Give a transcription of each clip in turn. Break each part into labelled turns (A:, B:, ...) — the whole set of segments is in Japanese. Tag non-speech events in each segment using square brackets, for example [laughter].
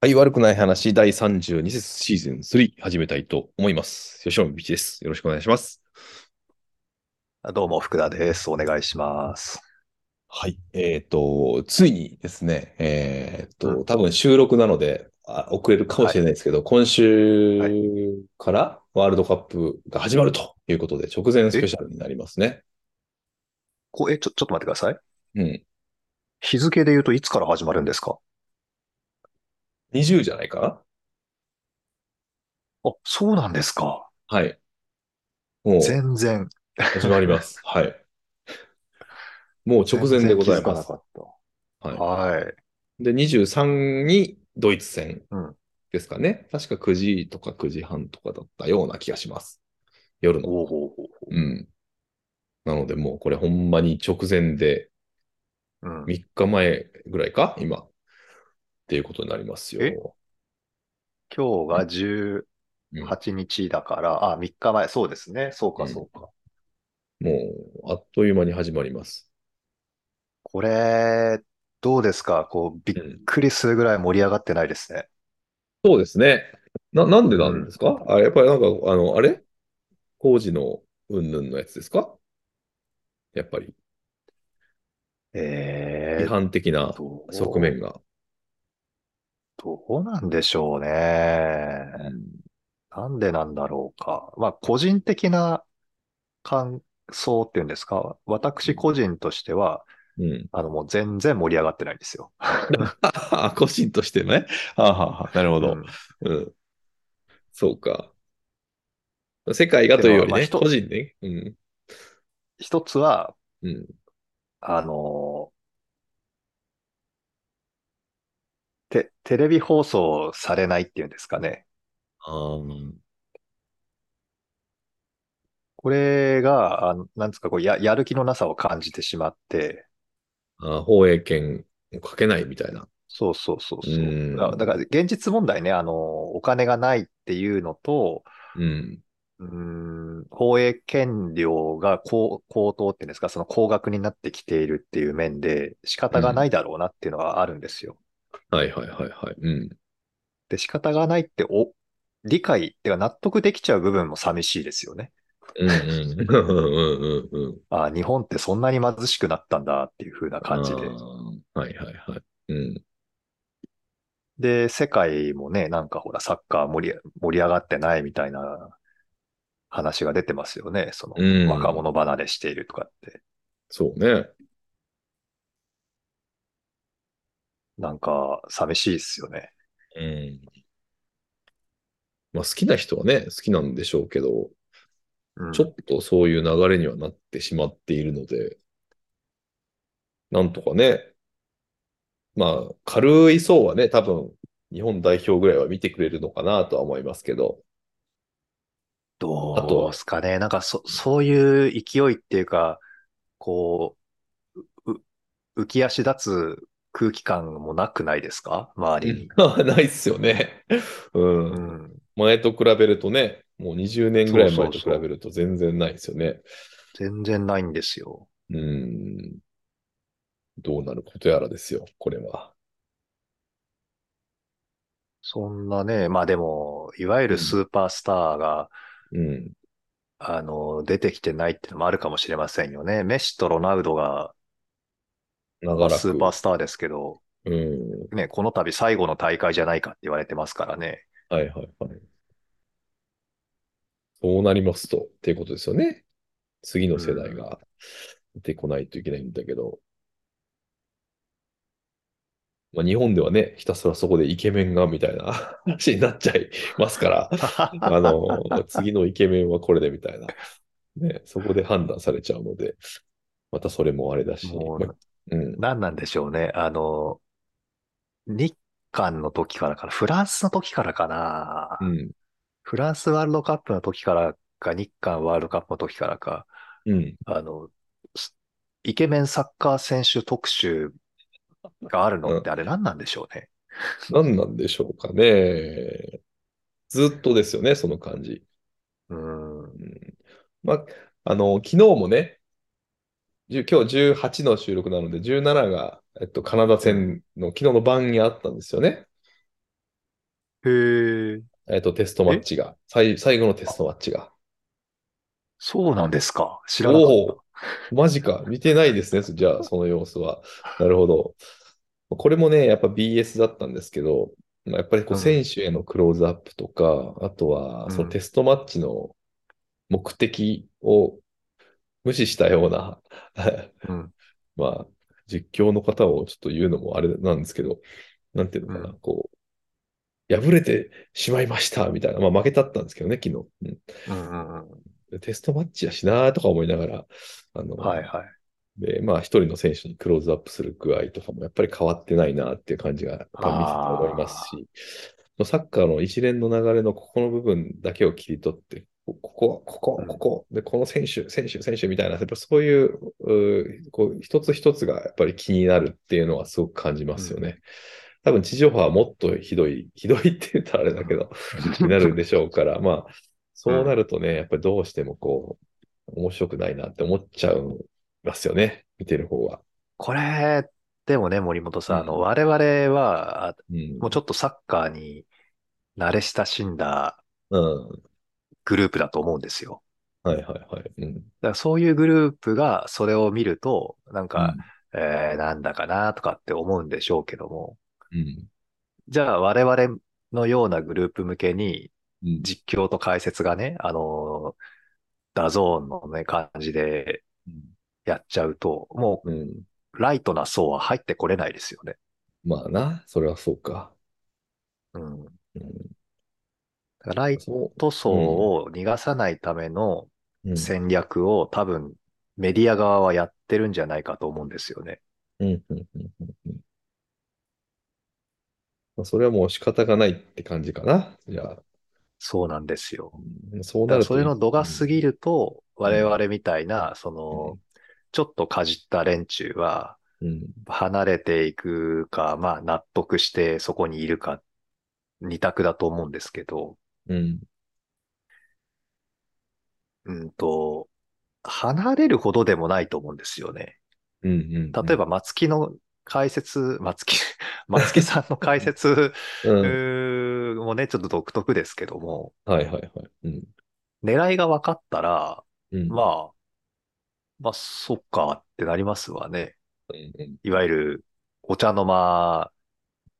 A: はい、悪くない話、第32節シーズン3始めたいと思います。吉野美希です。よろしくお願いします。
B: どうも、福田です。お願いします。
A: はい。えっ、ー、と、ついにですね、えっ、ー、と、うん、多分収録なのであ、遅れるかもしれないですけど、はい、今週からワールドカップが始まるということで、直前スペシャルになりますね。
B: こえ、ちょ、ちょっと待ってください。
A: うん。
B: 日付で言うといつから始まるんですか
A: 20じゃないか
B: なあ、そうなんですか。
A: はい。
B: もう。全然。
A: 始まります。はい。もう直前でございます。
B: か
A: な。
B: かはい。はい
A: で、23にドイツ戦
B: うん。
A: ですかね。確か9時とか9時半とかだったような気がします。夜の。
B: おうおうおう
A: うん。なので、もうこれほんまに直前で、
B: うん、
A: 3日前ぐらいか今。っていうことになりますよ。
B: 今日が18日だから、うん、あ、3日前、そうですね。そうか、そうか、
A: うん、もう、あっという間に始まります。
B: これ、どうですかこう、びっくりするぐらい盛り上がってないですね。
A: うん、そうですね。な、なんでなんですか、あやっぱりなんか、あの、あれ工事のうんぬんのやつですかやっぱり。
B: ええー。
A: 批判的な側面が。
B: どうなんでしょうね。なんでなんだろうか。まあ、個人的な感想っていうんですか。私個人としては、
A: うん、
B: あの、もう全然盛り上がってないですよ。
A: [laughs] 個人としてね。はあ、はあ、なるほど、うん、うん。そうか。世界がというよりね、個人ね。うん、
B: 一つは、
A: うん、
B: あのーテ、テレビ放送されないっていうんですかね。これが、あなんですか、こうややる気のなさを感じてしまって。
A: あ放映権をかけないみたいな。
B: そうそうそうそう。うだから、現実問題ね、あの、お金がないっていうのと、
A: うん、
B: うん放映権料が高高騰っていうんですか、その高額になってきているっていう面で、仕方がないだろうなっていうのはあるんですよ。うん
A: はいはいはいはい。うん。
B: で、仕方がないって、お、理解、てか納得できちゃう部分も寂しいですよね。
A: うんうん。うんうんうん。
B: あ日本ってそんなに貧しくなったんだっていう風な感じで。
A: はいはいはい。うん。
B: で、世界もね、なんかほら、サッカー盛り盛り上がってないみたいな話が出てますよね。その、うん、若者離れしているとかって。
A: そうね。
B: なんか寂しいですよね。
A: うん。まあ好きな人はね、好きなんでしょうけど、うん、ちょっとそういう流れにはなってしまっているので、なんとかね、まあ軽い層はね、多分日本代表ぐらいは見てくれるのかなとは思いますけど。
B: どうですかね。なんかそ、そういう勢いっていうか、こう、う浮き足立つ空気感もなくないですか周りに。
A: [laughs] ないっすよね、うん。うん。前と比べるとね、もう20年ぐらい前と比べると全然ないですよね。
B: そうそうそう全然ないんですよ。
A: うん。どうなることやらですよ、これは。
B: そんなね、まあでも、いわゆるスーパースターが、
A: うん、うん、
B: あの、出てきてないっていうのもあるかもしれませんよね。メッシとロナウドが
A: 長らく。
B: スーパースターですけど、
A: うん、
B: ね、この度最後の大会じゃないかって言われてますからね。
A: はいはいはい。そうなりますと、っていうことですよね。次の世代が出てこないといけないんだけど。うん、まあ、日本ではね、ひたすらそこでイケメンがみたいな [laughs] 話になっちゃいますから、あの、次のイケメンはこれでみたいな。ね、そこで判断されちゃうので、またそれもあれだし、
B: うん、何なんでしょうね。あの、日韓の時からかな、フランスの時からかな。
A: うん、
B: フランスワールドカップの時からか、日韓ワールドカップの時からか、
A: うん、
B: あの、イケメンサッカー選手特集があるのってあれ何なんでしょうね。
A: うん、何なんでしょうかね。ずっとですよね、その感じ。
B: うん。
A: まあ、あの、昨日もね、今日18の収録なので、17が、えっと、カナダ戦の昨日の晩にあったんですよね。
B: へえ、
A: えっと、テストマッチが、最最後のテストマッチが。
B: そうなんですか。知らなか
A: お
B: っ
A: お、マジか。見てないですね。じゃあ、その様子は。なるほど。これもね、やっぱ BS だったんですけど、まあ、やっぱりこう
B: うん
A: 選手へのクローズアップとか、あとは
B: うん
A: そのテストマッチの目的を無視したような、
B: た。うん。
A: まあ、実況の方をちょっと言うのもあれなんですけど、なんていうのかな、
B: う
A: こう、敗れてしまいましたみたいな、まあ負けたったんですけどね、昨日。
B: うんうんうん。
A: うん、テストマッチやしなーとか思いながら、あの、
B: はいはい。
A: [laughs] で、まあ、一人の選手にクローズアップする具合とかもやっぱり変わってないなっていう感じが、やっぱ見てて思いますし、サッカーの一連の流れのここの部分だけを切り取って、ここ、ここ、ここ、で、この選手、選手、選手みたいな、やっぱそういう、うーこう一つ一つがやっぱり気になるっていうのはすごく感じますよね。多分地上波はもっとひどい、ひどいって言ったらあれだけど、になるでしょう
B: [laughs]
A: から、まあ、そうなるとね、やっぱりどうしてもこう、面白くないなって思っちゃうんますよね、見てる方は。
B: これ、でもね、森本さん、あ
A: う
B: の、
A: ん
B: 我々は、あ
A: うん。
B: もうちょっとサッカーに慣れ親しんだ
A: うん。
B: グループだと思うんですよ。
A: はいはいはい。うん。
B: だからそういうグループがそれを見ると、なんか、えーなんだかなとかって思うんでしょうけども、
A: うん。
B: じゃあ我々のようなグループ向けに
A: うん。
B: 実況と解説がね、あのー、ダゾーンのね、感じでやっちゃうと、も
A: うん。うん
B: うライトな層は入ってこれないですよね。
A: まあな、それはそうか。
B: うん。だ
A: うん。
B: からライ
A: そ
B: ト層を逃がさないための
A: う。うん。
B: 戦略を多分メディア側はやってるんじゃないかと思うんですよね。
A: うん。うん。うんうんうんまあそれはもう仕方がないって感じかな。じゃあ、
B: そうなんですよ。
A: うんそうな
B: だから
A: ると。
B: それの度が過ぎると、
A: ん
B: 我々みたいな、そ
A: うん
B: の、ちょっとかじった連中は、
A: うん。
B: 離れていくか、まあ納得してそこにいるか、二択だと思うんですけど、
A: うん。
B: うんと、離れるほどでもないと思うんですよね。
A: うん。うん。
B: 例えば、松木の解説、松木、 [laughs] 松木さんの解説
A: うん、うん。
B: うーもね、ちょっと独特ですけども、
A: はいはいはい。うん。
B: 狙いが分かったら、
A: うん。
B: まあ、まあ、そっかってなりますわね。
A: うんうん
B: いわゆる、お茶の間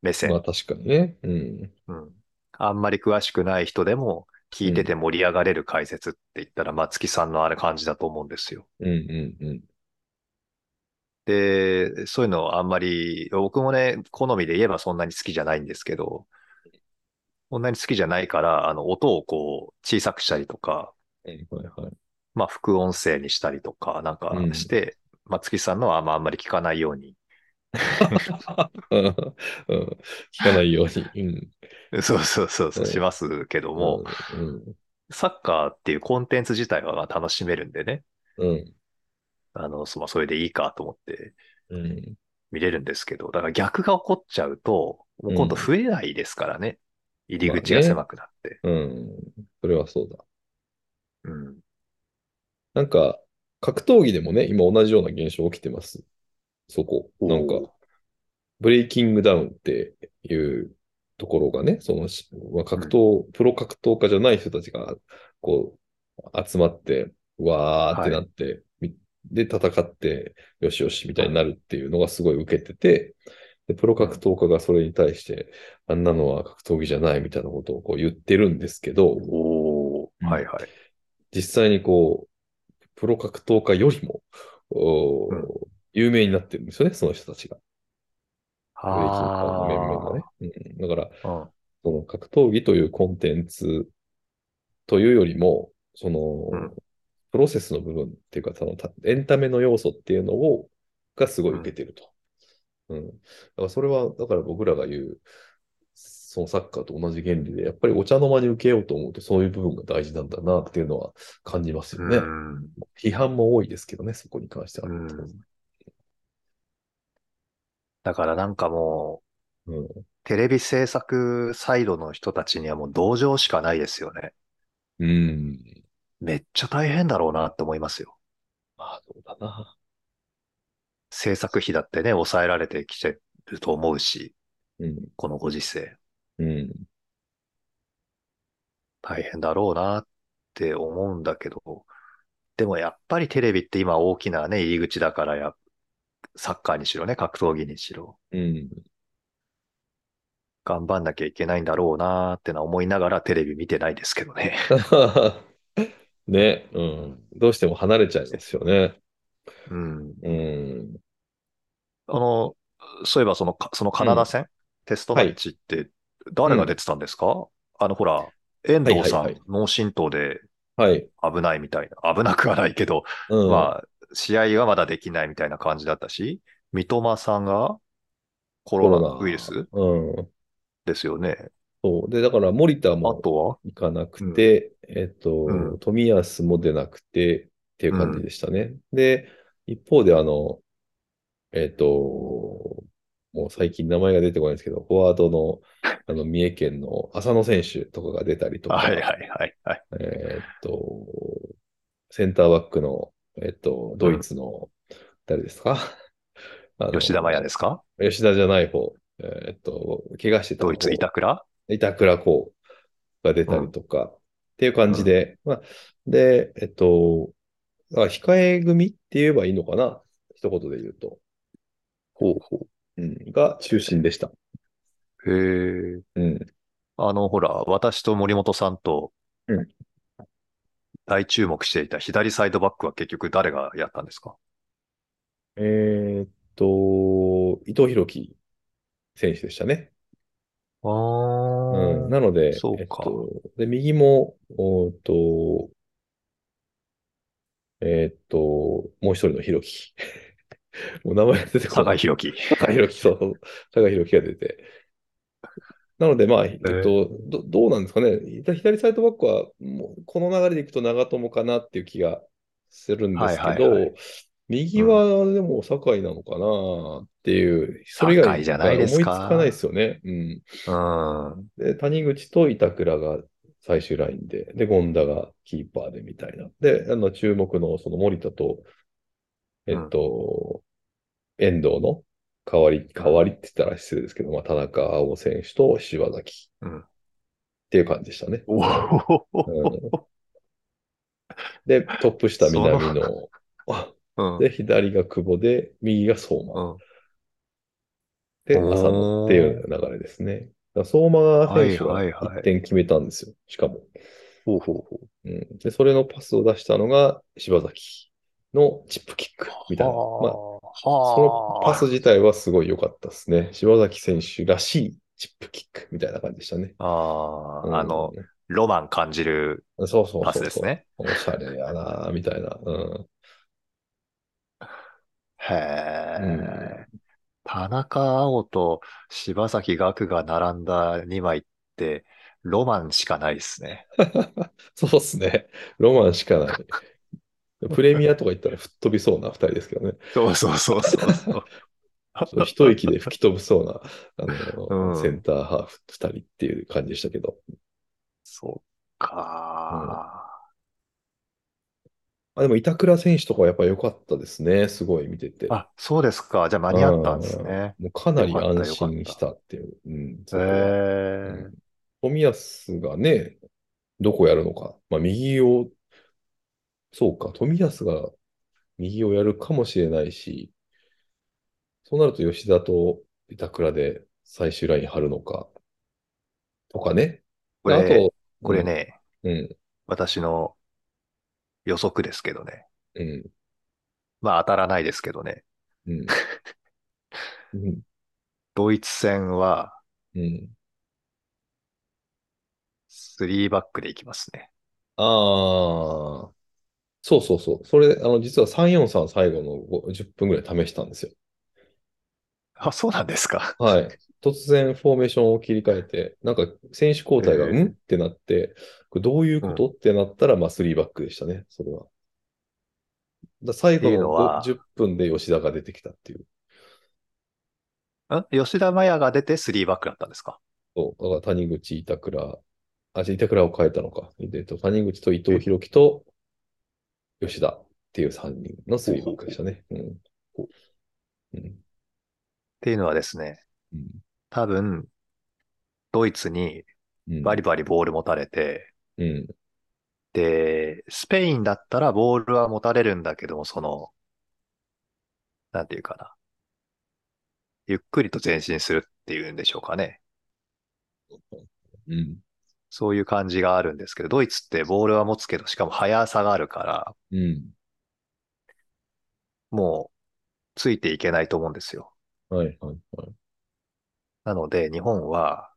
B: 目線。
A: まあ確かにね。うん。
B: うん。あんまり詳しくない人でも聞いてて盛り上がれる解説って言ったら、松木さんのあれ感じだと思うんですよ。
A: うんうんうん。
B: で、そういうのあんまり、僕もね、好みで言えばそんなに好きじゃないんですけど、そんなに好きじゃないから、あの、音をこう、小さくしたりとか、
A: はいはい。 [laughs]
B: まあ、副音声にしたりとか、なんかして、松木さんのはあんまあんまり聞かないように、 [laughs]
A: うんうん聞かないように。うん
B: そうそうそうそう
A: ん
B: う、しますけども、
A: うん。
B: サッカーっていうコンテンツ自体は楽しめるんでね、
A: うん。
B: あの、そまあそれでいいかと思って、
A: うん。
B: 見れるんですけど、だから逆が起こっちゃうと、もう今度増えないですからね。入り口が狭くなって。
A: うん。それはそうだ。
B: うん。
A: なんか、格闘技でもね、今同じような現象起きてます。そこ。
B: おー
A: なんか、ブレイキングダウンっていうところがね、そのし、まあ、格闘、プロ格闘家じゃない人たちが、こう、集まって、わーってなって、みで、戦って、よしよしみたいになるっていうのがすごい受けてて、で、プロ格闘家がそれに対して、あんなのは格闘技じゃないみたいなことをこう言ってるんですけど、
B: お
A: う
B: ー
A: ん
B: はいはい。
A: 実際にこう、プロ格闘家よりも、おー
B: うん
A: 有名になってるんですよね、その人たちが。ブレイキングダウンの面々が
B: あ
A: ね。うん、だから、
B: ーうん
A: その格闘技というコンテンツというよりも、その、
B: うん
A: プロセスの部分っていうか、そのたエンタメの要素っていうのを、がすごい受けてると。うん。だからそれは、だから僕らが言う、そのサッカーと同じ原理で、やっぱりお茶の間に受けようと思うと、そういう部分が大事なんだなっていうのは感じますよね。
B: うん
A: 批判も多いですけどね、そこに関しては。
B: うんだからなんかも
A: うん
B: う、テレビ制作サイドの人たちにはもう同情しかないですよね。
A: うん。
B: めっちゃ大変だろうなって思いますよ。
A: まあ、そうだな。
B: 制作費だってね、抑えられてきてると思うし、
A: うん。
B: このご時世。
A: うん。
B: 大変だろうなって思うんだけど、でもやっぱりテレビって今大きなね、入り口だからや、サッカーにしろね、格闘技にしろ、
A: うん。 [laughs]
B: 頑張んなきゃいけないんだろうなってのは思いながらテレビ見てないですけどね。 [laughs]
A: ね、うん。どうしても離れちゃいますよね。
B: うん。
A: うん。
B: あの、そういえばそのか、そのカナダ戦、テストマッチって誰が出てたんですか、あの、ほら、遠藤さん、
A: はいはいはい
B: 脳震盪で
A: はい。
B: 危ないみたいな、危なくはないけど、
A: うん。
B: まあ、試合はまだできないみたいな感じだったし、三笘さんがコ
A: コ
B: ロ
A: ロ
B: ナ
A: ナ。
B: ウイルス
A: うん。
B: ですよね。
A: そう。で、だから、森田
B: あ
A: も
B: とは
A: 行かなくて、えっ
B: う
A: と、富安も出なくてっていう感じでしたね。で、一方で、あの、えっと、もう最近名前が出てこないんですけど、フォワードの、あの、三重県の浅野選手とかが出たりとか、
B: はいはいはいはい。
A: えーっと、センターバックの、えーっと、ドイツの、誰ですか [laughs] あの
B: 吉田麻也ですか
A: 吉田じゃない方。えーっと、怪我してた方
B: ドイツ、板倉
A: 板倉こうが出たりとか、っていう感じで、まあ、で、えっと、あ控え組って言えばいいのかな一言で言うと。ほうほう。うん、が中心でした。
B: へえ。
A: うん。
B: あの、ほら、私と森本さんと
A: うん、
B: 大注目していた左サイドバックは結局誰がやったんですか
A: えーっと、伊藤洋樹選手でしたね。
B: あ
A: うん、
B: ー
A: なので、
B: そう
A: えっ
B: か
A: と、で、右も、おーっと、えーっと、もう一人のひろき。 [laughs] もう名前が出てこな
B: 酒井
A: い。
B: 宏樹。
A: 酒井宏樹、そう。酒井宏樹が出て。なので、まあ、えっと、どどうなんですかね。左左サイドバックは、もう、この流れでいくと長友かなっていう気がするんですけ
B: はいはいは
A: ど、右はでも酒井なのかなっていう、それ以
B: 酒井
A: 外
B: じゃないですか
A: 思いつかないですよね。うん。
B: うん。
A: で、谷口と板倉が最終ラインで、で、権田がキーパーでみたいな。で、あの、注目のその森田と、えっと、遠藤の代わり、代わりって言ったら失礼ですけど、まあ、田中碧選手と柴崎
B: うん
A: っていう感じでしたね。
B: おー
A: うんで、トップ下
B: その
A: 南野、あ
B: うん
A: で、左が久保で、右が相馬。
B: うん
A: で、
B: おー
A: 浅野っていう流れですね。だから相馬選手
B: は
A: はい
B: はいはい
A: 1点決めたんですよ。しかも。
B: ほうほうほ
A: う
B: う。
A: ん。で、それのパスを出したのが柴崎のチップキックみたいな。まあ、その
B: はあ
A: パス自体はすごい良かったですね。柴崎選手らしいチップキックみたいな感じでしたね。
B: あ
A: うん
B: あ、あの、、ロマン感じる
A: そうそうそうそう
B: パスです。ね。
A: おしゃれやなぁみたいな。うん。
B: へえ。田中碧と柴崎岳が並んだ2枚って、ロマンしかないですね。
A: そうっすね。ロマンしかない。プレミアとか行ったら吹っ飛びそうな二人ですけどね。
B: そうそうそうそう [laughs] そ
A: ち
B: う。
A: ょっと一息で吹き飛ぶそうな、あの、
B: うん
A: センターハーフ二人っていう感じでしたけど。
B: そっか
A: あ、でも板倉選手とかはやっぱ良かったですね。すごい見てて。
B: ー。あ、そうですか。じゃあ間に合ったんですね。
A: もうかなり
B: よかった
A: 安心したっていう。うん、そ
B: へ
A: こは
B: え。
A: 冨安がね、どこやるのか。まあ、右を、そうか、冨安が右をやるかもしれないし、そうなると吉田と板倉で最終ライン張るのか、とかね。
B: これ
A: あと、
B: これね、
A: うん、うん、
B: 私の予測ですけどね。
A: うん、
B: まあ当たらないですけどね。
A: うん。うん、
B: ドイツ戦は
A: うん。
B: 3バックでいきますね。
A: ああ、そうそうそう。それ、あの、実は343最後のご10分ぐらい試したんですよ。
B: あ、そうなんですか。
A: はい。突然フォーメーションを切り替えて、なんか選手交代が、
B: え
A: う
B: ー
A: んってなって、これどういうこと、ってなったら、まあ、3バックでしたね、それは。だ最後
B: っていう
A: の
B: のは
A: 10分で吉田が出てきたっていう。
B: ん吉田麻也が出て3バックだったんですか
A: そうだから谷口、板倉、あ、じゃあ板倉を変えたのか。でえっと、谷口と伊藤洋樹と吉田っていう3人の3バックでしたね。うん。うん。
B: っていうのはですね、
A: うん
B: 多分、ドイツに
A: うん
B: バリバリボール持たれて、
A: うん。
B: で、スペインだったらボールは持たれるんだけども、その、なんていうかな。ゆっくりと前進するっていうんでしょうかね。
A: うん。
B: そういう感じがあるんですけど、ドイツってボールは持つけど、しかも速さがあるから、
A: うん。
B: もうついていけないと思うんですよ。
A: はい、はい、はい。
B: なので、日本は、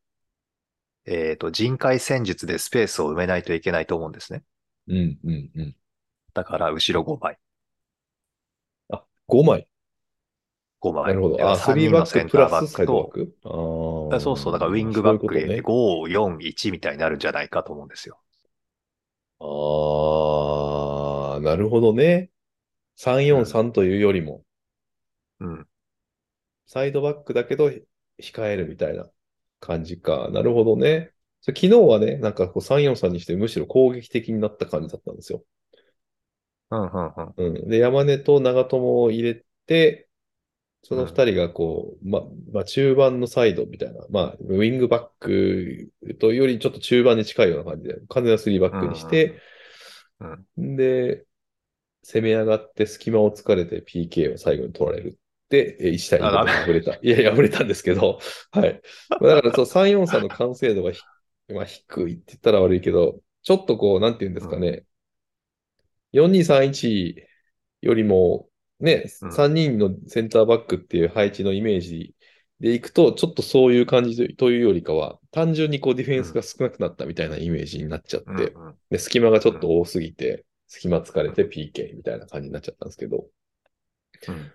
B: えっと、人海戦術でスペースを埋めないといけないと思うんですね。
A: うん、うん、うん。
B: だから、後ろ5枚。
A: あ、5枚。
B: 5枚。
A: なるほ
B: だか
A: ど。
B: ら
A: あ、
B: 3
A: 3
B: 人
A: バ
B: の
A: ッ
B: セ
A: ク
B: ン
A: プ
B: タ
A: ラ
B: ーバッ
A: スサ
B: ク
A: イドバッ
B: と、
A: クあ
B: だ
A: あ
B: から
A: ー。
B: そうそう、だからウィングバック入れて5、4、1みたいになるんじゃないかと思うんですよ。
A: ああー、なるほどね。343というよりも、
B: うん。
A: サイドバックだけど控えるみたいな感じか。なるほどね。それ昨日はね、なんかこう343にしてむしろ攻撃的になった感じだったんですよ。
B: うん、うん、うん。
A: うん。で、山根と長友を入れて、その二人がこう、ま、まあ、中盤のサイドみたいな、まあ、ウィングバックというよりちょっと中盤に近いような感じで、完全なスリーバックにして、
B: うんうん
A: で、攻め上がって隙間を突かれて PK を最後に取られる。で、えー1対
B: あダ
A: 2
B: メ
A: で敗れた。いや、敗れたんですけど、 [laughs] はい。まあだからそう、3、4、3の完成度がひ、まあ、低いって言ったら悪いけど、ちょっとこう、なんて言うんですかね。4231よりも、ね、
B: うん
A: 3人のセンターバックっていう配置のイメージでいくと、ちょっとそういう感じとというよりかは、単純にこうディフェンスが少なくなったみたいなイメージになっちゃって、
B: うんうん
A: で、隙間がちょっと多すぎて、隙間疲れて PK みたいな感じになっちゃったんですけど、
B: うん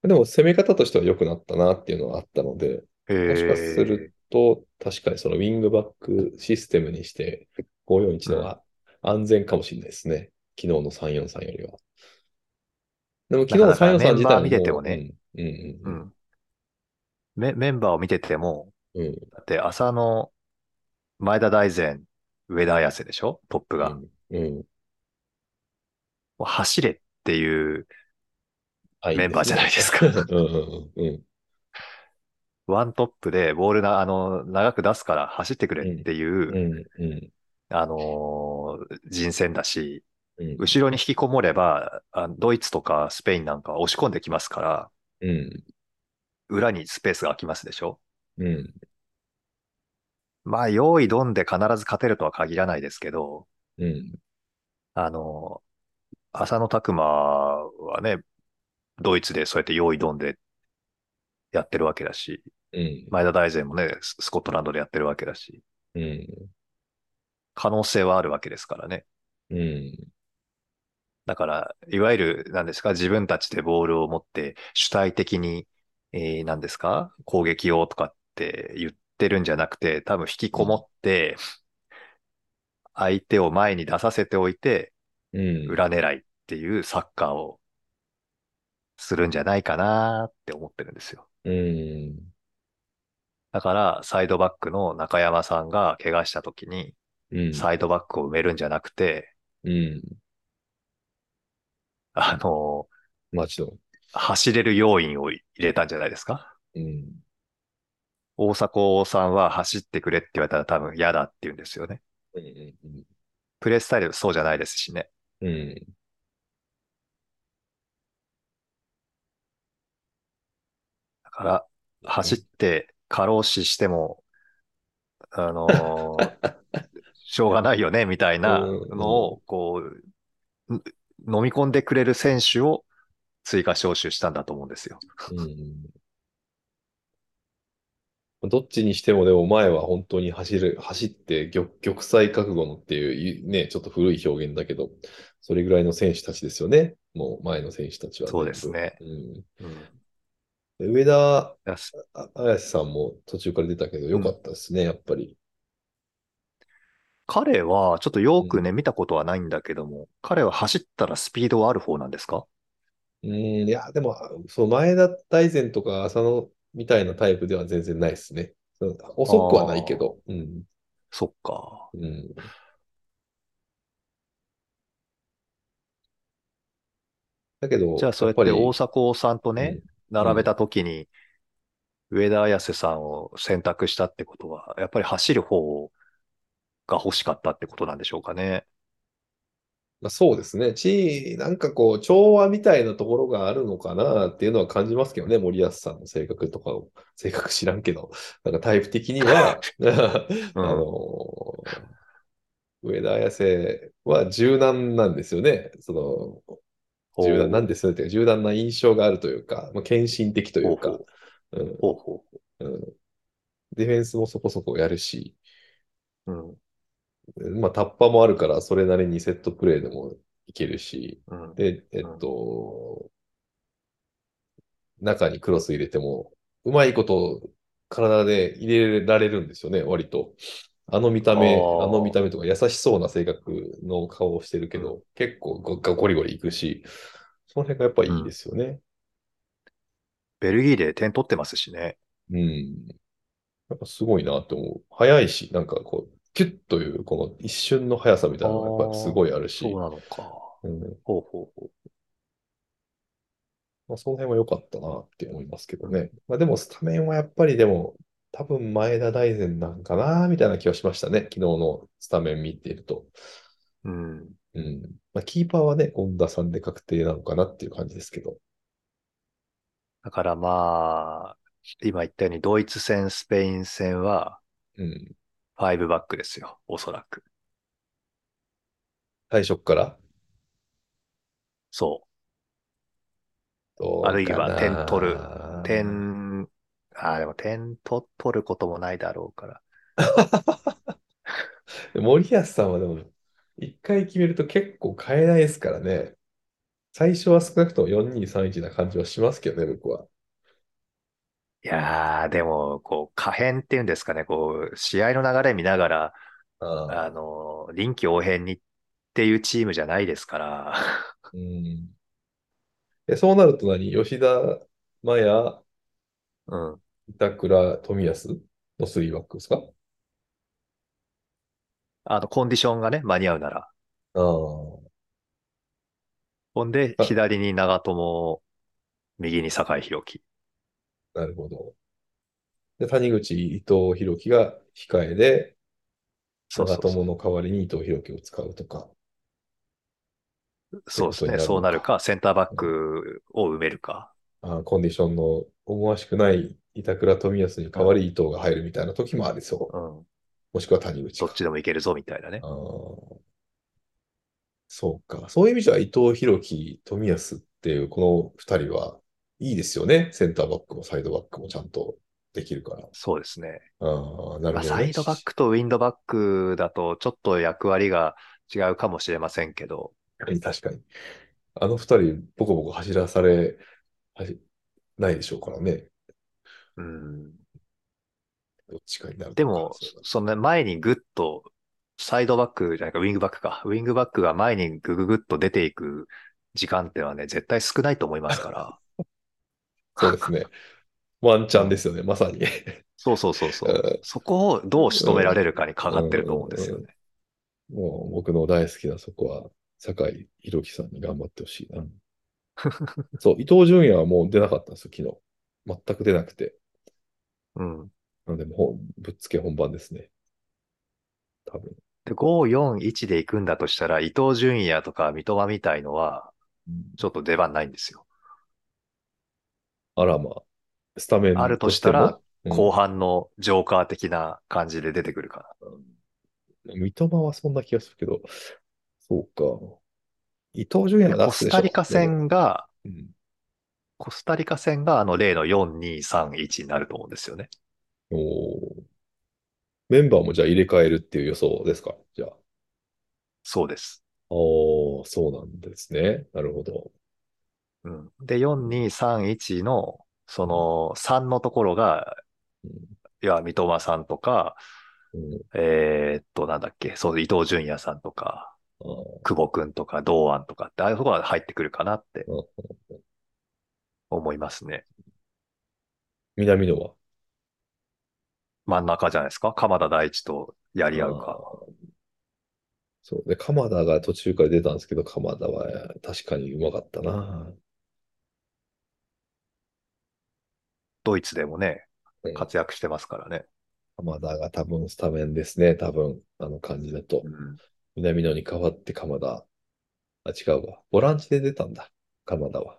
A: でも攻め方としては良くなったなっていうのはあったので、もしかすると、確かにそのウィングバックシステムにして、541のが安全かもしれないですね。昨日の343よりは。でも昨日の
B: なかな
A: 343
B: かメン
A: 自
B: バー
A: 体も
B: 見ててもね。
A: うん、うん
B: う
A: うん、
B: んメメンバーを見てても、
A: うん。うん
B: だって浅野、前田大然、上田綺世でしょトップが。も
A: うん。
B: う走れっていう
A: あいい
B: メンバーじゃない
A: で
B: です
A: [laughs]
B: か。
A: すね。うんうんうんうん。
B: ワントップでボールな、あの、長く出すから走ってくれっていう、
A: うんうん
B: あのー人選だし、
A: うん。
B: 後ろに引きこもれば、あドイツとかスペインなんか押し込んできますから、
A: うん
B: 裏にスペースが空きますでしょ
A: うん。
B: まあ、用意ドンで必ず勝てるとは限らないですけど、
A: うん。
B: あの、浅野拓磨はね、ドイツでそうやって用意ドンでやってるわけだし、
A: うん。
B: 前田大然もね、ススコットランドでやってるわけだし、
A: うん。
B: 可能性はあるわけですからね。
A: うん。
B: だから、いわゆる、何ですか、自分たちでボールを持って主体的に、えー、何ですか、攻撃をとかって言ってるんじゃなくて、多分引きこもって、相手を前に出させておいて、
A: うん。
B: 裏狙いっていうサッカーをするんじゃないかなって思ってるんですよ。
A: うん。
B: だから、サイドバックの中山さんが怪我した時に、
A: うん。
B: サイドバックを埋めるんじゃなくて、
A: うん。
B: あの、
A: まあ、ちょっと
B: 走れる要員を入れたんじゃないですか
A: うん。
B: 大迫さんは走ってくれって言われたら多分嫌だって言うんですよね。
A: うん。
B: プレースタイルそうじゃないですしね。
A: うん。
B: だから、走って過労死しても、あの [laughs] ーしょうがないよね、みたいなのを、こう、ん飲み込んでくれる選手を追加招集したんだと思うんですよ。
A: うん。どっちにしても、でも前は本当に走る、走って玉、玉砕覚悟のっていう、いね、ちょっと古い表現だけど、それぐらいの選手たちですよね。もう前の選手たちは、
B: そうですね。
A: うん。で上田
B: だし
A: あ綾瀬さんも途中から出たけど、良かったですね、やっぱり。
B: 彼は、ちょっとよくね、見たことはないんだけども、彼は走ったらスピードはある方なんですか
A: うん、いや、でも、そう、前田大然とか浅野みたいなタイプでは全然ないですね。そう遅くはないけど、うん、
B: そっか。
A: うん、だけど、
B: じゃあ、そうやっ
A: やっぱ
B: て
A: り、
B: 大迫さんとね、並べたときに、上田綺世さんを選択したってことは、やっぱり走る方をが欲しかったってことなんでしょうかね。
A: まあ、そうですね。地位、なんかこう、調和みたいなところがあるのかなっていうのは感じますけどね。森保さんの性格とかを、性格知らんけど、なんかタイプ的に
B: [laughs]
A: は、
B: うん
A: あのー上田綺世は柔軟なんですよね。その、柔軟なんですよね。というか柔軟な印象があるというか、まあ、献身的という
B: ほ
A: か
B: う、
A: うん
B: ほうほ
A: うん、ディフェンスもそこそこやるし、
B: う。うん。
A: まあ、タッパーもあるから、それなりにセットプレーでもいけるし、
B: うん。
A: で、えっと、中にクロス入れても、うまいこと体で入れられるんですよね、割と。あの見た目、
B: あ
A: あ
B: ー
A: の見た目とか優しそうな性格の顔をしてるけど、結構ゴゴリゴリいくし、その辺がやっぱいいですよね。
B: ベルギーで点取ってますしね。
A: うん。やっぱすごいなって思う。速いし、なんかこう、キュッという、この一瞬の速さみたいなのがやっぱりすごいあるし、
B: そうなのか。
A: うん
B: ほうほうほう。
A: まあ、その辺は良かったなって思いますけどね。まあ、でも、スタメンはやっぱりでも、多分前田大然なんかなみたいな気はしましたね。昨日のスタメン見ていると。
B: うん。
A: うん。まあ、キーパーはね、権田さんで確定なのかなっていう感じですけど。
B: だからまあ、今言ったようにドイツ戦、スペイン戦は
A: うん。
B: 5バックですよ。おそらく。
A: 最初っから。
B: そ
A: どう
B: あるいは
A: かな
B: 点取るう。。点、ああ、でも点と取ることもないだろうから。
A: 森保さんはでも、一回決めると結構変えないですからね。最初は少なくとも4231な感じはしますけどね、僕は。
B: いやー、でも、こう、可変っていうんですかね、こう、試合の流れ見ながら、
A: ああ。
B: あの、臨機応変にっていうチームじゃないですから。 [laughs]
A: うん。え、そうなると何吉田麻也、
B: うん。
A: 板倉、冨安の3バックですか
B: あの、コンディションがね、間に合うなら。
A: ああ。
B: ほんで、
A: あ
B: 左に長友、右に酒井宏樹。
A: なるほど。で、谷口、伊藤洋樹が控えで、
B: そうそ
A: 長
B: うそ
A: 友の代わりに伊藤洋樹を使うとか。
B: う。そうです
A: ってことになるの
B: ね。
A: か
B: そうなるか、センターバックを埋めるか。
A: あーコンディションの思わしくない板倉、冨安に代わり伊藤が入るみたいな時もありそう。
B: うん。
A: もしくは谷口
B: ど
A: か
B: っちでもいけるぞ、みたいなね。
A: あーそうか。そういう意味じゃ伊藤洋樹、冨安っていうこの2人はいいですよね。センターバックもサイドバックもちゃんとできるから。
B: そうですね。
A: ああ、なる
B: ま
A: ほど
B: あ、サ
A: ね。
B: イドバックとウィンドバックだと、ちょっと役割が違うかもしれませんけど、
A: 確かに。確かにあの二人、ボコボコ走らされ、はじないでしょうからね。
B: うん。
A: どっちかになるのか
B: でも、
A: そう
B: その前にグッと、サイドバックじゃないか、ウィングバックか。ウィングバックが前にグググッと出ていく時間ってのはね、絶対少ないと思いますから。
A: [laughs] そうですね。ワンチャンですよね、まさに。
B: そうそうそうそうう。そこをどう仕留められるかにかかってると思うんですよね。
A: もう僕の大好きなそこは、酒井宏樹さんに頑張ってほし
B: [laughs]
A: いな。そう、伊藤純也はもう出なかったんですよ、昨日。全く出なくて。
B: うん。
A: なので、もうぶっつけ本番ですね。多分。
B: で、5、4、1で行くんだとしたら、伊東純也とか三笘みたいのは、ちょっと出番ないんですよ。
A: あらまあ、スタメン
B: あるとしたら
A: としても、
B: 後半のジョーカー的な感じで出てくるか
A: うん三笘はそんな気がするけど、そうか。伊藤純
B: な。
A: 也
B: で
A: が
B: コ
A: 出す
B: ス
A: でしょ
B: タリカ戦が、
A: うん
B: コスタリカ戦があの例の4、2、3、1になると思うんですよね。
A: おーメンバーもじゃあ入れ替えるっていう予想ですかじゃあ。
B: そうです。
A: おー、そうなんですね。なるほど。
B: うん、で、4、2、3、1の、その3のところが、いや、三笘さんとか、
A: うん
B: えーっと、なんだっけ、そう、伊東純也さんとか、
A: あー
B: 久保くんとか、堂安とかって、ああいうところが入ってくるかなって
A: うん
B: 思いますね。
A: 南野は
B: 真ん中じゃないですか。鎌田大地とやり合うか。
A: あーそう。で、鎌田が途中から出たんですけど、鎌田は確かにうまかったな。
B: ドイツでもね
A: うん、
B: 活躍してますからね。
A: 鎌田が多分スタメンですね、多分、あの感じだと。
B: うん
A: 南野に代わって鎌田。あ、違うわ。ボランチで出たんだ、鎌田は。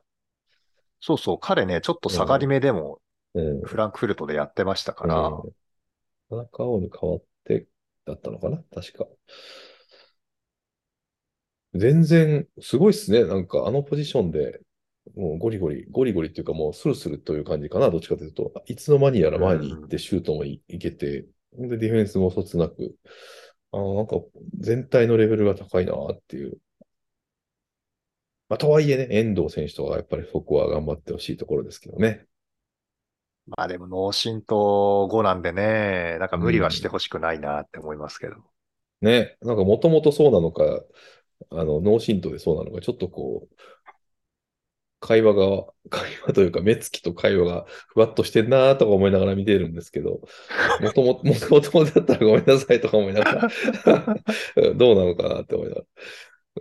B: そうそう、彼ね、ちょっと下がり目でも
A: うん。
B: フランクフルトでやってましたか
A: う
B: ら
A: ん、田中碧に代わってだったのかな確か。全然、すごいっすね。なんか、あのポジションで、もうゴリゴリ、ゴリゴリっていうか、もうスルスルという感じかな。どっちかというと、いつの間にやら前に行って、シュートもいいけて、で、ディフェンスもそつなく、あーなんか、全体のレベルが高いなっていう。まあ、とはいえね、遠藤選手とか、やっぱりそこは頑張ってほしいところですけどね。
B: まあでも脳震と5なんでね、なんか無理はしてほしくないなって思いますけど。
A: ね、なんかもともとそうなのか、あの、脳震盪でそうなのか、ちょっとこう、会話が、会話というか、目つきと会話がふわっとしてんなーとか思いながら見てるんですけど、もとも [laughs] と、もともとだったらごめんなさいとか思いながら、 [laughs] どうなのかなって思いながら。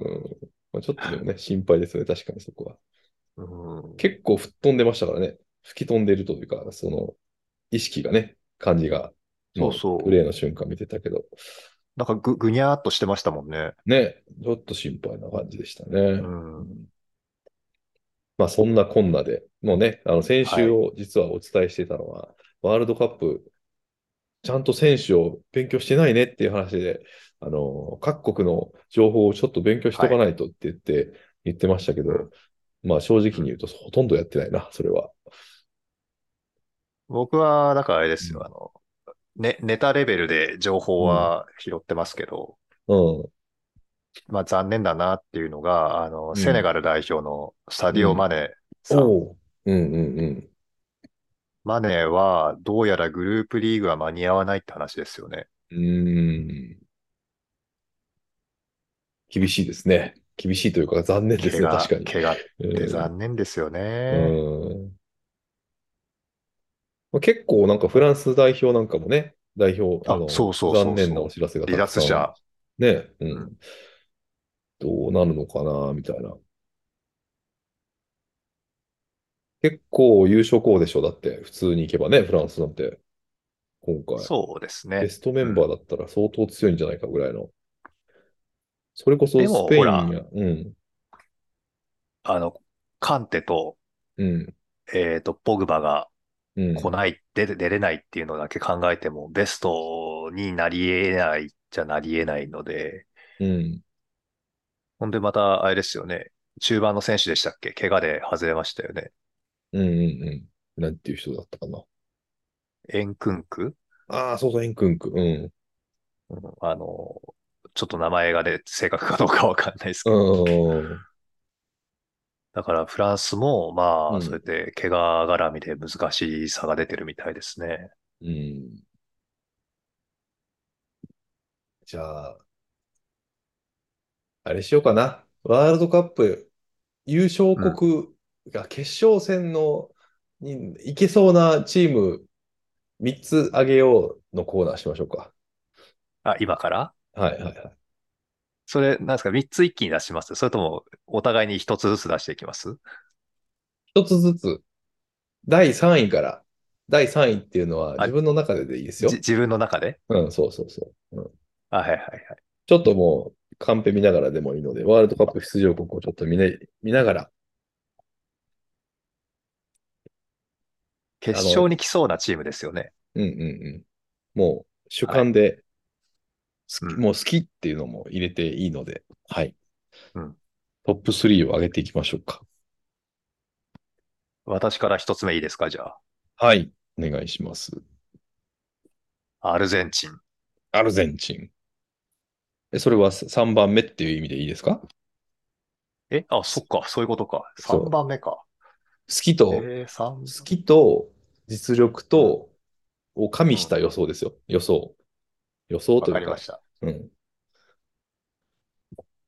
A: うんまあ、ちょっとでもね、心配ですね、確かにそこは。
B: うん
A: 結構吹っ飛んでましたからね、吹き飛んでるというか、その、意識がね、感じが、
B: そうそう
A: プレーの瞬間見てたけど、
B: なんかぐ、ぐにゃーっとしてましたもんね。
A: ね、ちょっと心配な感じでしたね。
B: うん。
A: まあそんなこんなで、もうね、あの先週を実はお伝えしてたのは、ワールドカップ、ちゃんと選手を勉強してないねっていう話で、あの、各国の情報をちょっと勉強しとかないとって言って、言ってましたけど、
B: うん
A: まあ正直に言うとほとんどやってないな、それは。
B: 僕は、だからあれですよ、あの、ね、ネタレベルで情報は拾ってますけど、
A: うん。
B: まあ残念だなっていうのが、あの、
A: ん
B: セネガル代表のサディオ・マネさん。
A: おう。うんうんうん。
B: マネは、どうやらグループリーグは間に合わないって話ですよね。
A: うーん。厳しいですね。厳しいというか残念です
B: 怪
A: ね、
B: 我、
A: 確かに。
B: 怪我っ
A: う
B: て
A: ん
B: 残念ですよね。
A: うんまあ結構なんかフランス代表なんかもね、代表、
B: あ
A: の、
B: そうそうそうそ
A: 残
B: う
A: 念なお知らせがた
B: 離
A: くさ
B: 脱
A: ん。
B: 者。
A: ね、う
B: うん
A: ん。どうなるのかな、みたいな。結構優勝候補でしょ、だって、普通に行けばね、フランスなんて。今回。
B: そうですね
A: ベ。ストメンバーだったら相当強いんじゃないかぐらいの。それこそ
B: で
A: ス
B: も
A: ペイン
B: ほら
A: や、うん、
B: あの、カンテと、
A: うん、
B: えっと、ポグバが
A: うん。
B: 来ない、出て、出れないっていうのだけ考えても、ベストになり得ないじゃなり得ないので、
A: うん。
B: ほんでまた、あれですよね。中盤の選手でしたっけ怪我で外れましたよね。
A: うん、うん、うん。なんていう人だったかな。
B: エンクンク
A: ああ、そうそう、エンクンク。うん。
B: うんあの、ちょっと名前がね、正確かどうかわかんないですけど。
A: うん。
B: だからフランスも、ま
A: う
B: あ、
A: ん
B: そうやって怪我絡みで難しさが出てるみたいですね。
A: うん。じゃあ、あれしようかな。ワールドカップ優勝国が決勝戦のに行けそうなチーム3つあげようのコーナーしましょうか。
B: あ、今から
A: はいはいはい。
B: それ、なんですか ?3 つ一気に出しますそれとも、お互いに1つずつ出していきます
A: 一つずつ、第3位から、第3位っていうのは
B: あ
A: 自分の中ででいいですよ
B: じ。自分の中で
A: うん、そうそうそう。うん
B: あ、はいはいはい。
A: ちょっともう、カンペ見ながらでもいいので、ワールドカップ出場国をちょっと見,、ね、見ながら、
B: 決勝に来そうなチームですよね。
A: うんうんうん。もう、主観で、好き
B: うん
A: もう好きっていうのも入れていいので、はい。
B: うん
A: トップ3を上げていきましょうか。
B: 私から1つ目いいですかじゃ
A: はい。お願いします。
B: あ。アルゼンチン。
A: アルゼンチン。え、それは3番目っていう意味でいいですか好
B: えあ、そっか。そういうことか。
A: そう
B: 3番目か。
A: きと、
B: えー、三
A: 好きと実力と、を加味した予想ですよ。予想。予想
B: わ
A: という
B: か
A: か。
B: りました。
A: うん。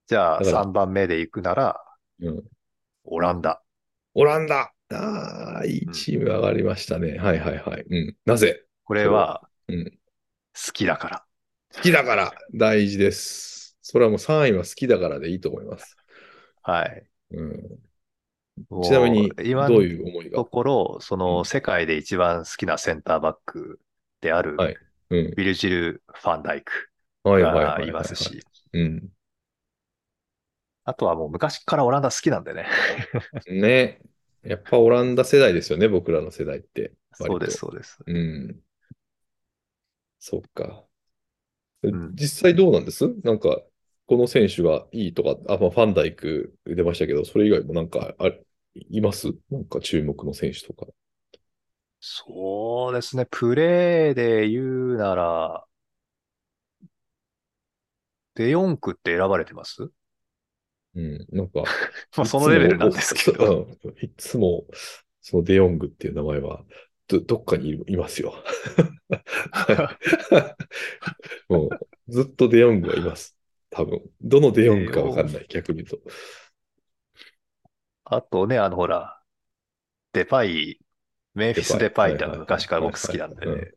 B: じゃあ、
A: だから
B: 3番目で行くなら、
A: うん。
B: オランダ。
A: オランダ。ああ、いいチーム上がりましたね。はいはいはい。うん。なぜ
B: これは、
A: うん
B: 好きだから。
A: 好きだから大事です。それはもう3位は好きだからでいいと思います。
B: はい。
A: うん、
B: もう
A: ちなみに、どう
B: 今の
A: いう思いが
B: ところ、その、世界で一番好きなセンターバックである
A: はいうん。
B: ビルジル・ファンダイク
A: はいはいはいは
B: が
A: い。
B: います。し、
A: うん。
B: あとはもう昔からオランダ好きなんでね。
A: ね。やっぱオランダ世代ですよね、僕らの世代って。 [laughs] 割
B: そう
A: と
B: です、。そうです。
A: うん。そっか。
B: ん
A: 実際どうなんですなんか、この選手がいいとか、あ、まあ、ファンダイク出ましたけど、それ以外もなんか、あ、いますなんか注目の選手とか。
B: そうですね。プレーで言うなら、デヨンクって選ばれてます
A: うん。なんか、
B: [laughs] まあ
A: い
B: そ
A: つ
B: の
A: も
B: レベルなんですけど。。
A: うんいつも、そのデヨングっていう名前は、ど、どっかにい、います
B: [laughs]
A: よ。はいもう、ずっとデヨングはいます。多分。どのデヨングかわかんない、逆に言うと。
B: [laughs] あとね、あのほら、デパイ、メンフィス・デパイってあの
A: はいはいはい
B: 昔から僕好きなんで
A: はいはい
B: ね、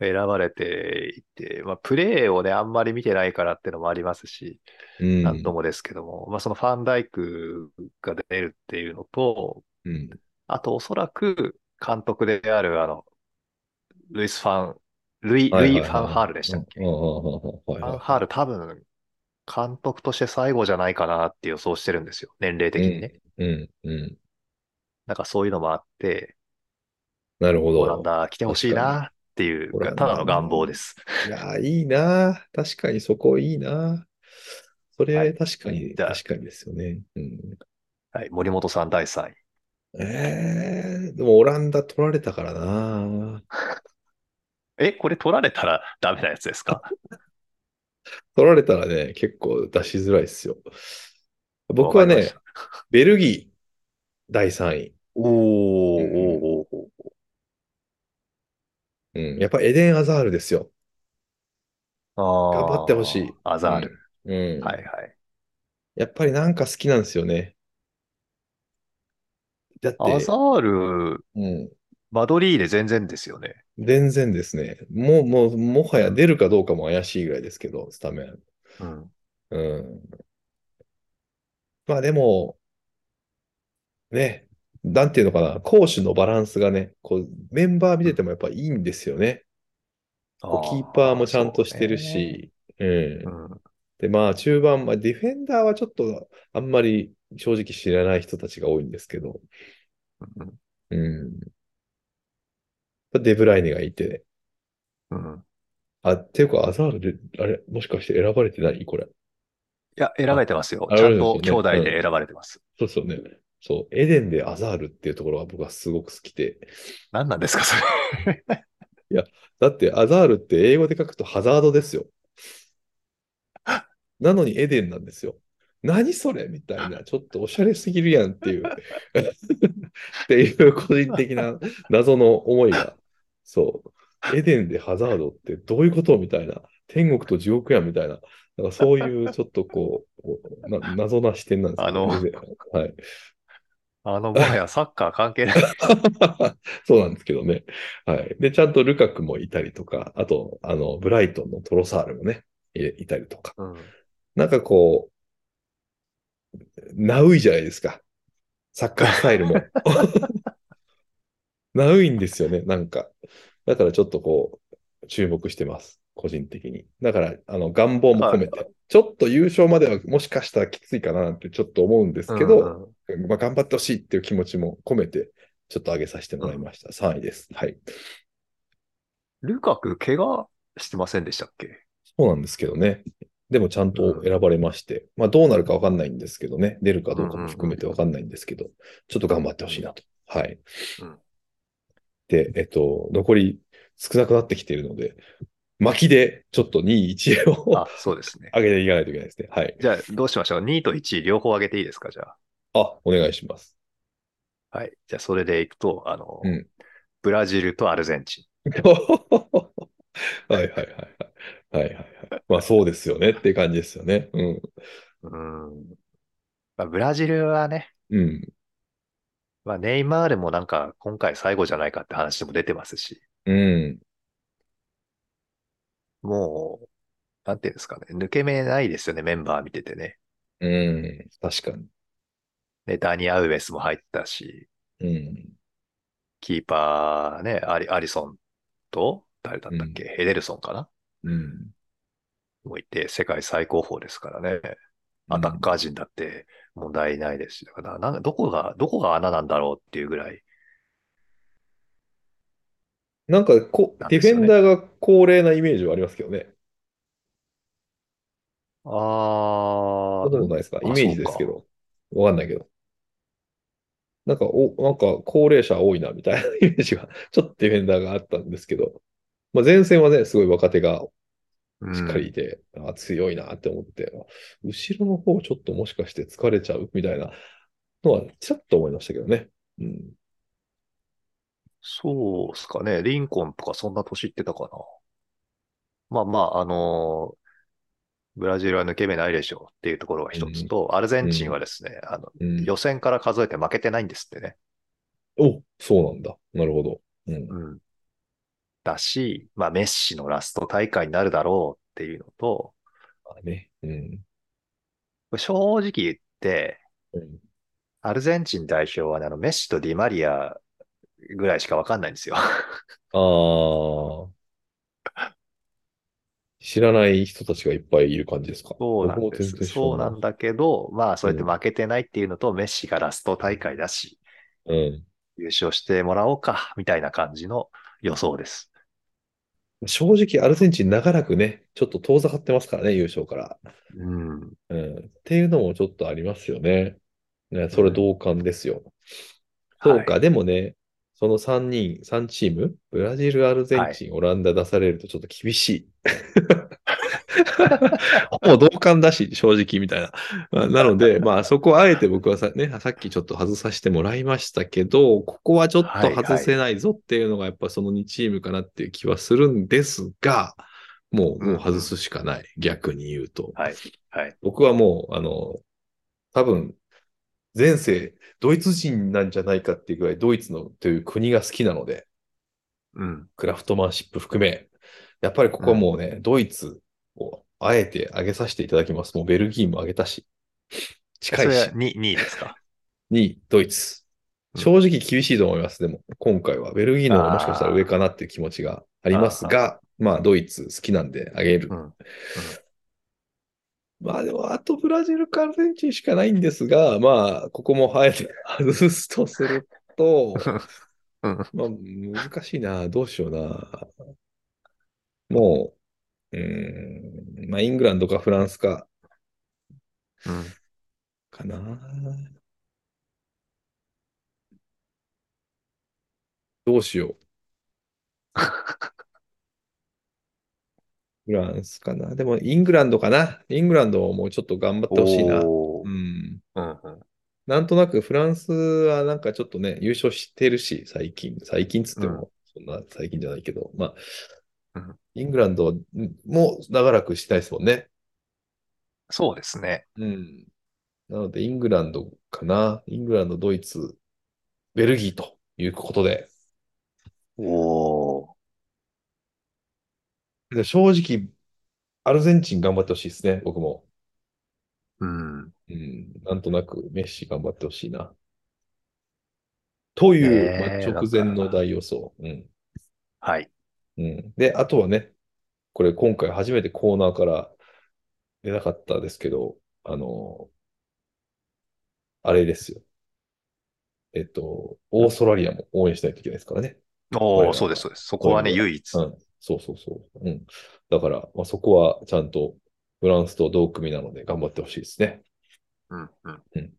B: 選ばれていて、まあプレーをね、あんまり見てないからってのもありますし、
A: うん。
B: なんともですけども、まあそのファンダイクが出るっていうのと、
A: うん。
B: あと、おそらく、監督である、あの、ルイス・ファン、ルイ、
A: はいは
B: ルイ・
A: いはい
B: ファンハールでしたっけ
A: うんうんうんうんはい
B: ファ
A: は
B: ンハール多分、監督として最後じゃないかなって予想してるんですよ。年齢的にね。
A: いうん。うん。
B: なんかそういうのもあって、
A: なるほど。
B: オランダ来てほしいなっていう、
A: 確かに
B: ただの願望です。
A: いやー、いいなー。確かにそこいいなー。それ、
B: はい
A: 確かに、
B: じゃあ
A: 確かにですよね。うん。
B: はい、森本さん第3位。
A: えー、でもオランダ取られたからな。
B: え、これ取られたらダメなやつです
A: [laughs]
B: か
A: 取られたらね、結構出しづらいですよ。僕は
B: わかりま
A: ね
B: し、た
A: ベルギー第3位。
B: おー、おー、おー、おー。
A: うん、やっぱエデン・アザールですよ。
B: あー
A: 頑張ってほしい
B: アザール。
A: うん。
B: はいはい。
A: やっぱりなんか好きなんですよね。だって、
B: アザール、
A: うん、
B: マドリーで全然ですよね。
A: 全然ですね。もう、もう、もはや出るかどうかも怪しいぐらいですけど、スタメン。
B: うん。
A: うん。まあでも、ね、なんていうのかな、攻守のバランスがね、こう、メンバー見ててもやっぱいいんですよね。こうキーパーもちゃんとしてるし、うん
B: そうね。。うん
A: で、まあ中盤、まあディフェンダーはちょっとあんまり正直知らない人たちが多いんですけど、
B: うん
A: うん。デブライネがいて、
B: うん。
A: あ、っていうか、アザールで、あれ、もしかして選ばれてないこれ。
B: いや、選ばれてますよ。
A: あ
B: ちゃん
A: あれ
B: と
A: です
B: 兄
A: よね
B: 弟で選ばれてます。
A: そうですよね。そう、エデンでアザールっていうところが僕はすごく好きで。
B: 何なんですか、 [laughs] それ。
A: だって、アザールって英語で書くとハザードですよ。なのにエデンなんですよ。何それみたいな、ちょっとおしゃれすぎるやんっていう、 [laughs] っていう個人的な謎の思いが、そう、エデンでハザードってどういうことみたいな、天国と地獄やんみたいな、なんかそういうちょっとこう、こうな謎な視点なんですけど
B: あの
A: エデンはい。
B: あの、もはやサッカー関係ない。
A: [laughs] そうなんですけどね。はい。で、ちゃんとルカクもいたりとか、あと、あの、ブライトンのトロサールもね、いいたりとか。
B: うん。
A: なんかこう、ナウいじゃないですか。サッカースタイルも。 [laughs] ナウいんですよね、なんか。だからちょっとこう、注目してます。個人的に。だから、あの、願望も込めて。ちょっと優勝まではもしかしたらきついかななんてちょっと思うんですけど、
B: うん
A: まあ、頑張ってほしいっていう気持ちも込めて、ちょっと上げさせてもらいました。3位です。はい。
B: ルカク、怪我してませんでしたっけ
A: そうなんですけどね。でもちゃんと選ばれまして、まあどうなるかわかんないんですけどね、出るかどうかも含めてわかんないんですけど、ちょっと頑張ってほしいなと。はい。
B: うん
A: で、えっと、残り少なくなってきているので、巻きでちょっと2位、1位を
B: あ、そうですね。
A: 上げていかないといけないですね。はい。
B: じゃあ、どうしましょう。2位と1位両方上げていいですか、じゃあ。
A: あ、お願いします。 [laughs]
B: はい。じゃあ、それでいくと、あの
A: うん、
B: ブラジルとアルゼンチン。
A: はいはいはいはい。はいはいはい。まあそうですよねっていう感じですよね。うん。
B: うん。まあ、ブラジルはね、
A: うん。
B: まあ、ネイマールもなんか、今回最後じゃないかって話も出てますし。
A: うん。
B: もう、なんていうんですかね、抜け目ないですよね、メンバー見ててね。
A: うん。確かに。
B: ね、ダニ・アウエスも入ったし、
A: うん。
B: キーパーね、アリ、アリソンと、誰だったっけ、ヘデルソンかな
A: うん。
B: もういて、世界最高峰ですからね。アタッカー陣だって問題ないですし、だからなんかどこが、どこが穴なんだろうっていうぐらい、
A: なんかこ、
B: なん
A: デ
B: で
A: ィ
B: す
A: フ
B: よ
A: ェ
B: ね
A: ンダーが高齢なイメージはありますけどね。
B: あ
A: そんなことないですかイ
B: あ
A: メージですけど。わかんないけど。なんか、お、なんか、高齢者多いな、みたいなイメージが、 [laughs] ちょっとディフェンダーがあったんですけど。まあ、前線はね、すごい若手が
B: あ、
A: しっかりいて、あ強いなって思って、後ろの方ちょっともしかして疲れちゃうみたいなのは、ちらっと思いましたけどね。うん。
B: そうっすかね。リンコンとかそんな年いってたかな。まあまあ、あのーブラジルは抜け目ないでしょうっていうところが一つと、アルゼンチンはですね、あの、
A: うん、
B: 予選から数えて負けてないんですってね。
A: お、そうなんだ。なるほど。うん。
B: うん。だし、まあメッシのラスト大会になるだろうっていうのと、
A: まあね。うん。
B: 正直言って、
A: うん
B: アルゼンチン代表はね、あの、メッシとディマリアぐらいしかわかんないんですよ。 [laughs]
A: ああ。知らない人たちがいっぱいいる感じですか。
B: そうなんで
A: 僕も全
B: す。
A: 然知ら
B: そうなんだけど、まあ、そうやって
A: うん
B: 負けてないっていうのと、メッシがラスト大会だし、
A: うん。
B: 優勝してもらおうか、みたいな感じの予想です。
A: 正直、アルゼンチン長らくね、ちょっと遠ざかってますからね、優勝から。
B: うん。
A: うん。っていうのもちょっとありますよね。ね、それ同感ですよ。そうか、
B: はい
A: でもね、その3人、3チーム、ブラジル、アルゼンチン、オランダ出されるとちょっと厳しい。もう同感だし、正直みたいな。まあなの
B: [laughs]
A: で、まあそこはあえて僕はさ,、ね、さっきちょっと外させてもらいましたけど、ここはちょっと外せないぞっていうのがやっぱその2チームかなっていう気はするんですが、もう、もう外すしかない。逆に言うと。
B: はい。はい。
A: 僕はもう、あの、多分、前世、ドイツ人なんじゃないかっていうぐらい、ドイツのという国が好きなので、
B: うん。
A: クラフトマンシップ含め、やっぱりここはもうね、ドイツをあえて上げさせていただきます。もうベルギーも上げたし、
B: そ
A: 近い
B: れは
A: し、
B: 2、2位ですか
A: 2位、ドイツ。
B: うん
A: 正直厳しいと思います。でも、今回はベルギーの方がもしかしたら上かなっていう気持ちがありますが、まあ、ドイツ好きなんで上げる
B: う。ん。
A: まあでも、あとブラジルかアルゼンチンしかないんですが、まあ、ここもあえて外すとすると、
B: [laughs] うん。
A: まあ、難しいな、どうしような。もう、うーん、まあ、イングランドかフランスか、 [laughs]
B: うん。
A: かな。どうしよう。フランスかな。でも、イングランドかな。イングランドをもうちょっと頑張ってほしいな。
B: お
A: う
B: ー
A: ん。
B: うんうん。
A: なんとなくフランスはなんかちょっとね、優勝してるし、最近。最近っつっても、そんな最近じゃないけど、ま
B: う
A: あ
B: ん、
A: イングランドも長らくしてないですもんね。
B: そうですね。
A: うん。なので、イングランドかな。イングランド、ドイツ、ベルギーということで。
B: おー。
A: で正直、アルゼンチン頑張ってほしいですね、僕も。
B: うん。
A: うん。なんとなく、メッシ頑張ってほしいな。という、
B: えー
A: まあ、直前
B: な
A: の
B: んか
A: 大予想。うん。
B: はい。
A: うん。で、あとはね、これ今回初めてコーナーから出なかったですけど、あの、あれですよ。えっと、オーストラリアも応援しないといけないですからね。
B: お
A: これ
B: ー、そうです、そうです。そこはね、
A: これ
B: 唯一。
A: うん。そうそうそう。うん。だから、まあ、そこはちゃんとフランスと同組なので頑張ってほしいですね。
B: うん。うん。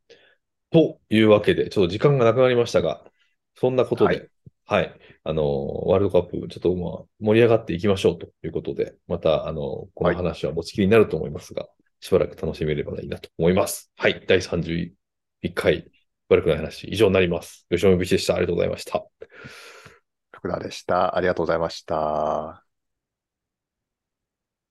A: というわけで、ちょっと時間がなくなりましたが、そんなことで、はい、あのー、ワールドカップ、ちょっとまあ、盛り上がっていきましょうということで、また、あのー、この
B: はい
A: 話は持ちきりになると思いますが、しばらく楽しめればいいなと思います。はい、第31回、悪くない話、以上になります。吉野美でした。ありがとうございました。
B: 福田でした。ありがとうございました。